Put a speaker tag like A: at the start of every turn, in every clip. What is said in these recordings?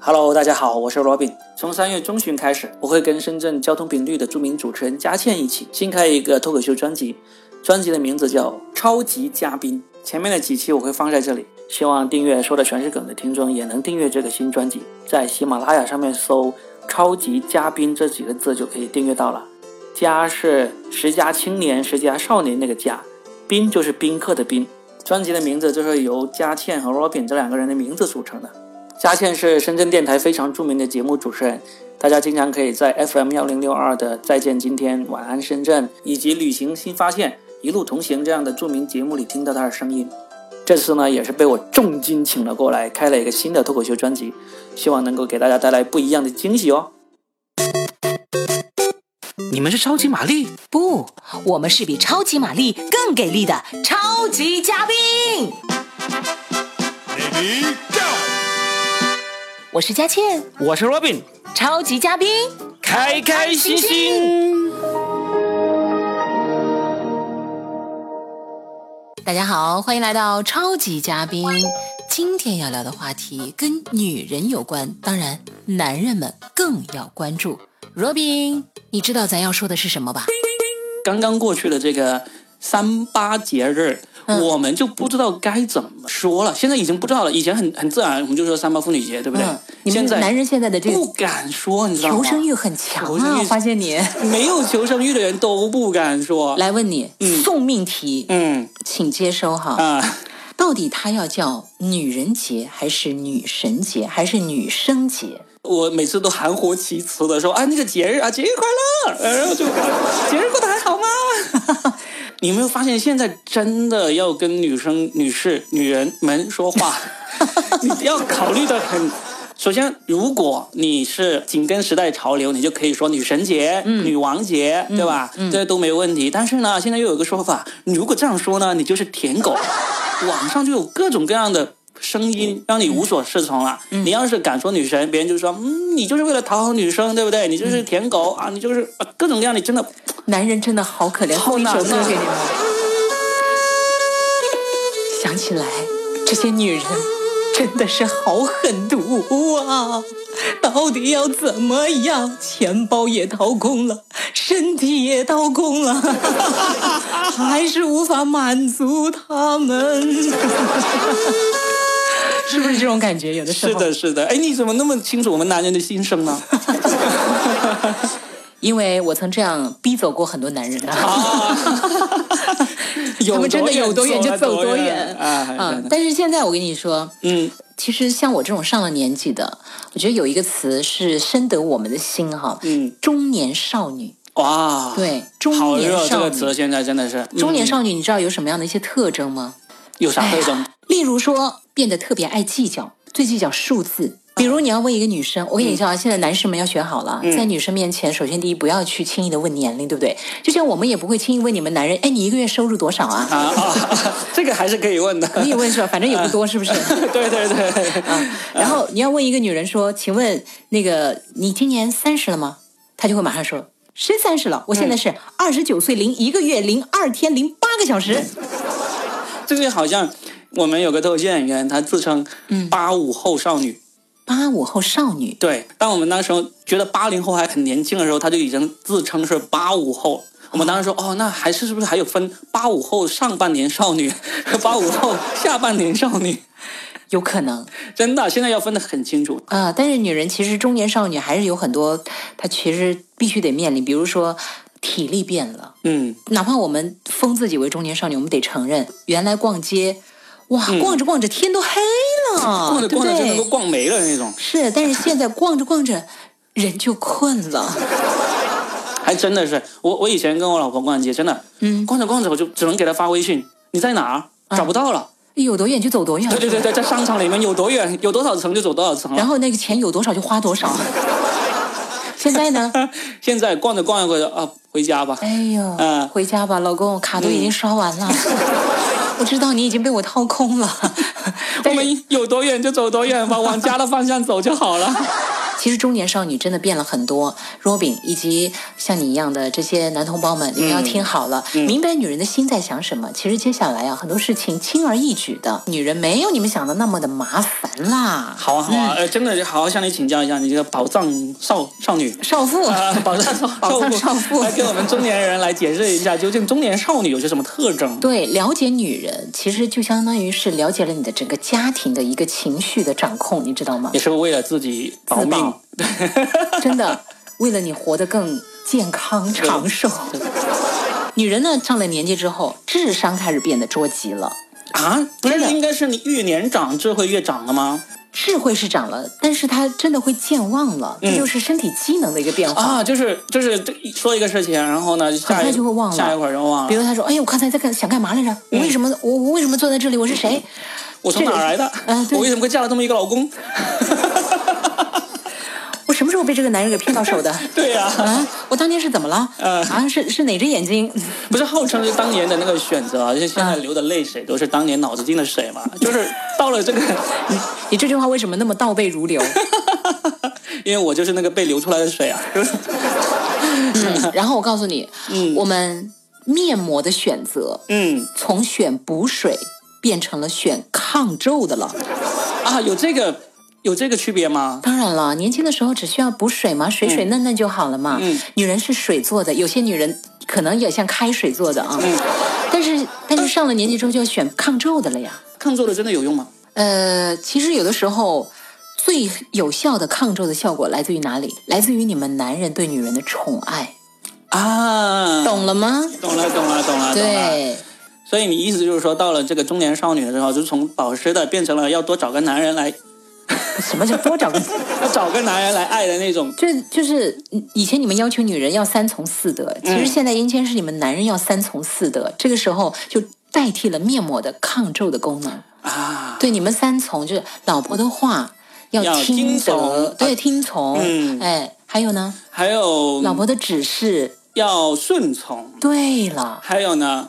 A: Hello，大家好，我是 Robin。从三月中旬开始，我会跟深圳交通频率的著名主持人佳倩一起新开一个脱口秀专辑，专辑的名字叫《超级嘉宾》。前面的几期我会放在这里，希望订阅说的全是梗的听众也能订阅这个新专辑。在喜马拉雅上面搜“超级嘉宾”这几个字就可以订阅到了。嘉是十佳青年、十佳少年那个嘉，宾就是宾客的宾。专辑的名字就是由佳倩和 Robin 这两个人的名字组成的。佳倩是深圳电台非常著名的节目主持人，大家经常可以在 FM 幺零六二的《再见今天》《晚安深圳》以及《旅行新发现》《一路同行》这样的著名节目里听到她的声音。这次呢，也是被我重金请了过来，开了一个新的脱口秀专辑，希望能够给大家带来不一样的惊喜哦。
B: 你们是超级玛丽？
C: 不，我们是比超级玛丽更给力的超级嘉宾。
D: Ready, go！
C: 我是佳倩，
B: 我是 Robin，
C: 超级嘉宾。
B: 开开心心。
C: 大家好，欢迎来到超级嘉宾。今天要聊的话题跟女人有关，当然男人们更要关注。Robin，你知道咱要说的是什么吧？
A: 刚刚过去的这个三八节日，
C: 嗯
A: 我们就不知道该怎么说了。现在已经不知道了，以前很很自然，我们就说三八妇女节，对不对？
C: 嗯你们
A: 现在
C: 男人现在的这
A: 不
C: 个
A: 敢说，你知道吗？
C: 求生欲很强
A: 求
C: 啊，
A: 生欲
C: 我发现你。
A: 没有求生欲的人都不敢说。，
C: 来问你、送命题，
A: 嗯
C: 请接收哈。
A: 啊，
C: 到底它要叫女人节，还是女神节，还是女生节？
A: 我每次都含糊其辞的说啊，那个节日啊，节日快乐，然后就啊节日过得还好吗？ 你有没有发现现在真的要跟女生、女士、女人们说话， 你要考虑的很。首先，如果你是紧跟时代潮流，你就可以说女神节、女王节，对吧？这都没问题。但是呢，现在又有一个说法，你如果这样说呢，你就是舔狗。网上就有各种各样的声音，让你无所适从了。你要是敢说女神，别人就说，嗯，你就是为了讨好女生，对不对？你就是舔狗、啊，你就是啊各种各样的，你真的
C: 男人真的好可怜，
A: 好
C: 后一
A: 难
C: 首歌
A: 啊
C: 给你们。想起来，这些女人真的是好狠毒啊！到底要怎么样？钱包也掏空了，身体也掏空 了，还是无法满足他们， 是不是这种感觉？有的时候
A: 是的，是的。哎，你怎么那么清楚我们男人的心声呢？
C: 因为我曾这样逼走过很多男人啊， 他们真的有多远就走多远
A: 啊！
C: 啊
A: 真！的
C: 但是现在我跟你说，
A: 嗯，
C: 其实像我这种上了年纪的，我觉得有一个词是深得我们的心哈，
A: 嗯，
C: 中年少女，
A: 哇，，
C: 对，中
A: 好
C: 年
A: 热这
C: 少
A: 个
C: 女，
A: 词，现在真的是
C: 中年
A: 嗯
C: 少女，你知道有什么样的一些特征吗？
A: 有啥特征？
C: 例如说，变得特别爱计较，最计较数字。比如你要问一个女生，我跟你说啊，现在男士们要学好了，在女生面前，首先第一不要去轻易的问年龄，对不对？就像我们也不会轻易问你们男人，哎，你一个月收入多少啊？
A: 啊啊，这个还是可以问的。
C: 可以问是吧？反正也不多，是不是？
A: 对对对，
C: 然后你要问一个女人说：“请问那个你今年三十了吗？”她就会马上说：“谁三十了？我现在是二十九岁零一个月零二天零八个小时。
A: 这个好像我们有个脱口秀演员，他自称
C: 嗯
A: 八五后少女。”
C: 八五后少女，
A: 对，当我们那时候觉得八零后还很年轻的时候，他就已经自称是八五后。我们当时说，哦，那还是是不是还有分八五后上半年少女 和八五后下半年少女？
C: 有可能
A: 真的，现在要分得很清楚。
C: 啊、但是女人其实中年少女还是有很多，她其实必须得面临，比如说体力变了，
A: 嗯，
C: 哪怕我们封自己为中年少女，我们得承认，原来逛街，哇，逛着逛着天都黑了，
A: 嗯逛着逛着
C: 啊
A: 就
C: 对不对
A: 能够逛没了那种，
C: 是，但是现在逛着逛着，人就困了。
A: 还真的是。我我以前跟我老婆逛街，真的，
C: 嗯啊
A: 逛着逛着我就只能给她发微信，你在哪儿？找不到了。
C: 有多远就走多远。
A: 对对对对，在商场里面有多远，有多少层就走多少层了
C: 然。后那个钱有多少就花多少。 现在呢？
A: 现在逛着逛着逛着啊，回家吧。
C: 哎呦，
A: 嗯
C: 回家吧，老公，卡都已经刷 完了。我知道你已经被我掏空了，
A: 我
C: 但是
A: 们有多远就走多远吧，往家的方向走就好了。
C: 其实中年少女真的变了很多。Robin 以及像你一样的这些男同胞们，你们要听好了，
A: 嗯
C: 明白女人的心在想什么。其实接下来啊，很多事情轻而易举的，女人没有你们想的那么的麻烦啦。嗯
A: 好啊，好啊，呃，真的好好向你请教一下，你这个宝藏少少女。
C: 少妇，
A: 啊，宝藏少
C: 宝藏少妇
A: 来给我们中年人来解释一下，究竟中年少女有些什么特征？
C: 对，了解女人其实就相当于是了解了你的整个家庭的一个情绪的掌控，你知道吗
A: 也？是为了自己保
C: 自
A: 命
C: 保。 真的，为了你活得更健康长寿。 女人呢，上了年纪之后，智商开始变得捉急了。
A: 啊，不是
C: 真的
A: 应该是你越年长智慧越长了吗？
C: 智慧是长了，但是她真的会健忘了，这就是身体机能的一个变化。
A: 啊，就是就是这说一个事情，然后呢，下
C: 很快
A: 一
C: 就会忘了
A: 下一会儿就忘
C: 比
A: 了，
C: 如她说：“哎呀，我刚才在干想干嘛来着？我为什么、我我为什么坐在这里？我是谁？”
A: 我从哪儿来的？
C: 嗯对
A: 我为什么会嫁了这么一个老公？
C: 我什么时候被这个男人给骗到 手的？
A: 对呀、
C: 啊，我当年是怎么了？
A: 嗯
C: 啊，是是哪只眼睛？
A: 不是号称是当年的那个选择啊，就是现在流的泪水都是当年脑子进的水 嘛，就是到了这个，
C: 你这句话为什么那么倒背如流？
A: 因为我就是那个被流出来的水啊，就是
C: 然后我告诉你，
A: 嗯
C: 我们面膜的选择
A: 嗯
C: 从选补水变成了选抗皱的了。
A: 啊，有这个有这个区别吗？
C: 当然了，年轻的时候只需要补水嘛，水水嫩嫩就好了嘛。
A: 嗯
C: 女人是水做的，有些女人可能也像开水做的啊。 但是但是上了年纪之后就要选抗皱的了呀。
A: 抗皱的真的有用吗？
C: 呃，其实有的时候。最有效的抗皱的效果来自于哪里？来自于你们男人对女人的宠爱，
A: 啊，
C: 懂了吗？
A: 懂了懂了懂了，懂了。
C: 对，
A: 所以你意思就是说，到了这个中年少女的时候，就从保湿的变成了要多找个男人来，
C: 什么叫多 找个？
A: 要找个男人来爱的那种。
C: 就就是以前你们要求女人要三从四德，其
A: 嗯
C: 实现在阴间是你们男人要三从四德，这个时候就代替了面膜的抗皱的功能。
A: 啊，
C: 对，你们三从就是老婆的话
A: 要
C: 要
A: 听
C: 听
A: 从呃
C: 得，对，听从。
A: 嗯
C: 哎，还有呢，
A: 还有
C: 老婆的指示。
A: 要顺从，
C: 对了，
A: 还有呢，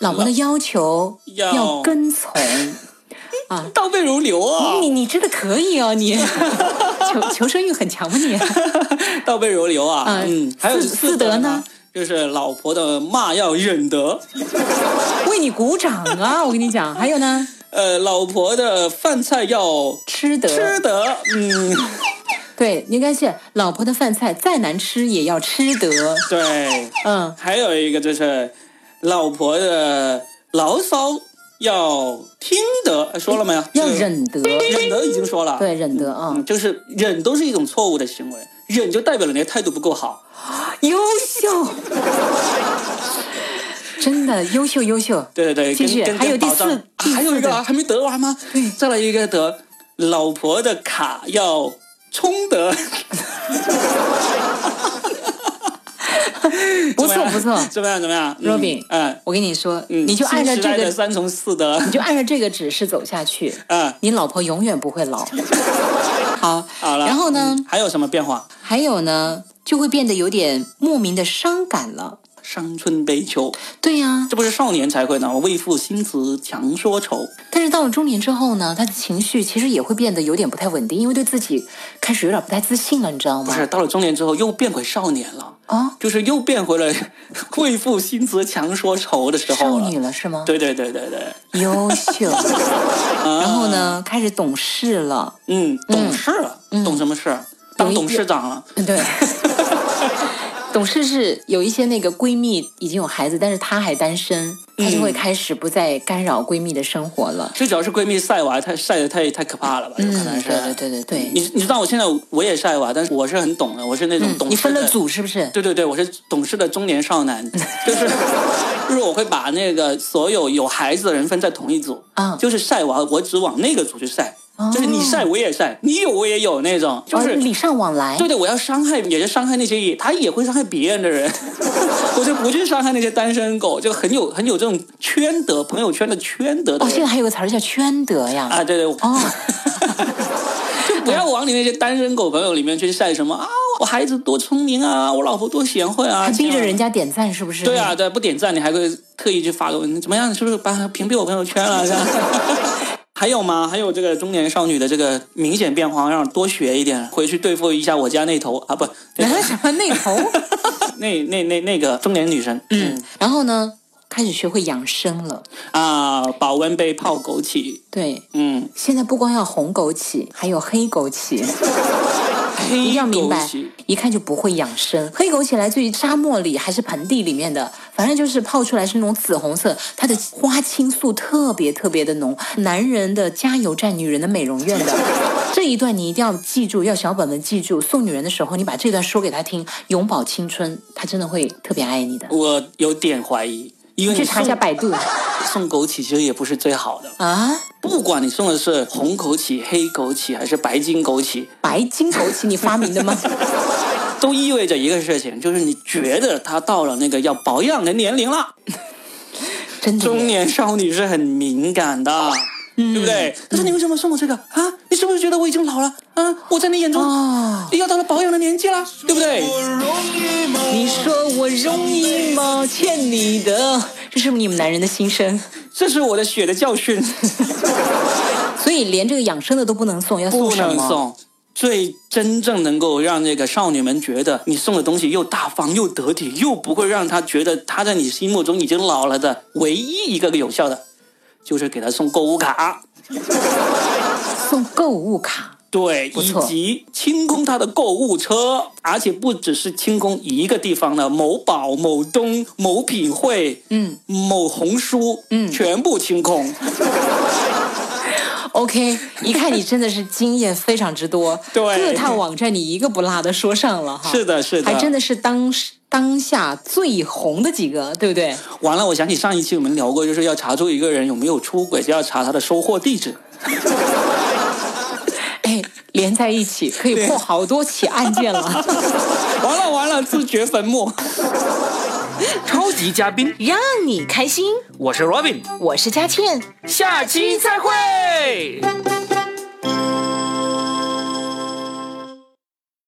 C: 老婆的要求
A: 要
C: 要 跟从。
A: 倒背如流啊，
C: 你你真的可以哦，你 求求生欲很强吗你？
A: 倒背如流啊。
C: 啊
A: 嗯，还有
C: 四
A: 四
C: 四德呢
A: 呢，就是老婆的骂要忍得，
C: 为你鼓掌啊！我跟你讲，还有呢，
A: 呃，老婆的饭菜要
C: 吃得
A: 吃得，嗯，
C: 对，应该是老婆的饭菜再难吃也要吃得。
A: 对。
C: 嗯，
A: 还有一个就是，老婆的牢骚要听得，说了没有？
C: 哎要
A: 这个
C: 忍得，
A: 忍得已经说了，
C: 对，忍得啊、
A: 嗯，就是忍都是一种错误的行为，忍就代表了你的态度不够好。
C: 优秀，真的优秀优 秀。
A: 对对对，
C: 继续
A: 跟跟
C: 还有
A: 跟保
C: 第四
A: 障
C: 第四
A: 还有一个啊
C: 个
A: 还没得完吗？
C: 对
A: 再来一个得，老婆的卡要充得，
C: 不错
A: 怎么样
C: 不 错
A: 怎么样怎么 样
C: r o b i
A: 嗯，
C: 我跟你说，
A: 嗯
C: 你就按照
A: 新时
C: 这
A: 代的
C: 个，
A: 三从四德，
C: 你就按照这个指示走下去，
A: 嗯，
C: 你老婆永远不会 老。好，
A: 好了。
C: 然后呢，
A: 嗯还有什么变化？
C: 还有呢，就会变得有点莫名的伤感了。
A: 伤春悲秋。
C: 对呀、
A: 这不是少年才会呢，为赋新词强说愁。
C: 但是到了中年之后呢，他的情绪其实也会变得有点不太稳定，因为对自己开始有点不太自信了，你知道
A: 不
C: 吗？
A: 是，到了中年之后又变回少年了，
C: 啊，
A: 就是又变回了 为赋新词强说愁的时候
C: 少
A: 了
C: 女。了是吗？
A: 对对对对对，
C: 优秀。然后呢，开始懂事 了，
A: 嗯，懂事了，
C: 嗯
A: 懂什么事？当
C: 有一
A: 董事长了。
C: 嗯，对。懂事是有一些那个闺蜜已经有孩子，但是她还单身，她
A: 嗯
C: 就会开始不再干扰闺蜜的生活了。
A: 最主要是闺蜜晒娃太晒的太太可怕了吧？有可能
C: 嗯，
A: 是。
C: 对对对对对，
A: 你你知道我现在我也晒娃，但是我是很懂的，我是那种
C: 嗯
A: 懂事的。
C: 你分了组是不是？
A: 对对对，我是懂事的中年少男， 就是就是我会把那个所有有孩子的人分在同一组，
C: 啊
A: 就是晒娃，我只往那个组去晒，
C: 哦
A: 就是你晒我也晒，你有我也有那种，就
C: 哦
A: 是。
C: 礼尚往来。
A: 对对，我要伤害，也是伤害那些也，他也会伤害别人的 人，我就不去伤害那些单身狗，就很有很有这种圈德，朋友圈的圈德的
C: 哦，现
A: 人、
C: 在还有个词儿叫圈德呀。
A: 啊，对对，
C: 哦，啊
A: 就不要往你那些单身狗朋友里面去晒什么啊，我孩子多聪明啊，我老婆多贤惠啊，
C: 还逼着
A: 这样
C: 人家点赞是不是？
A: 对啊，对，不点赞你还会特意去发个文，怎么样？是不是把屏蔽我朋友圈了？这样 还有吗？还有这个中年少女的这个明显变化，让我多学一点，回去对付一下我家那头啊，不，那
C: 来什么那 头？
A: 那那那那个中年女神，嗯
C: 然后呢，开始学会养生了。
A: 啊，保温杯泡枸杞，
C: 对，
A: 嗯，
C: 现在不光要红枸杞，还有黑枸杞，
A: 黑
C: 一定要明
A: 枸
C: 白
A: 杞，
C: 一看就不会养生。黑枸杞来自于沙漠里还是盆地里面的，反正就是泡出来是那种紫红色，它的花青素特别特别的浓，男人的加油站，女人的美容院的。 这一段你一定要记住，要小本本记住。送女人的时候，你把这段说给她听，永葆青春，她真的会特别爱你的。
A: 我有点怀疑，因为
C: 去
A: 你
C: 查一下
A: 送
C: 百度
A: 送枸杞其实也不是最好的，
C: 啊，
A: 不管你送的是红枸杞、黑枸杞还是白金枸杞，
C: 白金枸杞你发 明的吗？
A: 都意味着一个事情，就是你觉得她到了那个要保养的年龄了。
C: 真的耶
A: 中年少女是很敏感的，
C: 嗯
A: 对不对？但是你为什么送我这个啊？你是不是觉得我已经老了啊？我在你眼中、
C: 哦。
A: 要到了保养的年纪了，对不对？
C: 你说我容易吗？欠你的，这是不是你们男人的心声？
A: 这是我的血的教训，
C: 所以连这个养生的都不能送，要送
A: 不
C: 什
A: 能
C: 么？
A: 送。最真正能够让这个少女们觉得你送的东西又大方又得体，又不会让她觉得她在你心目中已经老了的唯一一个有效的，就是给她送购物卡，
C: 送购物卡，
A: 对，
C: 不
A: 以
C: 错
A: 及清空她的购物车，而且不只是清空一个地方的某宝、某东、某品汇、
C: 嗯
A: 某红书，
C: 嗯
A: 全部清空。
C: ，OK，一看你真的是经验非常之多，
A: 对
C: 各大网站你一个不落的说上了哈，
A: 是的是的
C: 还真的是当时当下最红的几个，对不对？
A: 完了，我想起上一期我们聊过，就是要查出一个人有没有出轨，就要查他的收货地址。
C: 哎，连在一起可以破好多起案 件了，
A: 完了完了，自掘坟 墓。
B: 超级嘉宾，
D: 让你开心。
B: 我是 Robin，
D: 我是佳倩，
B: 下期再会。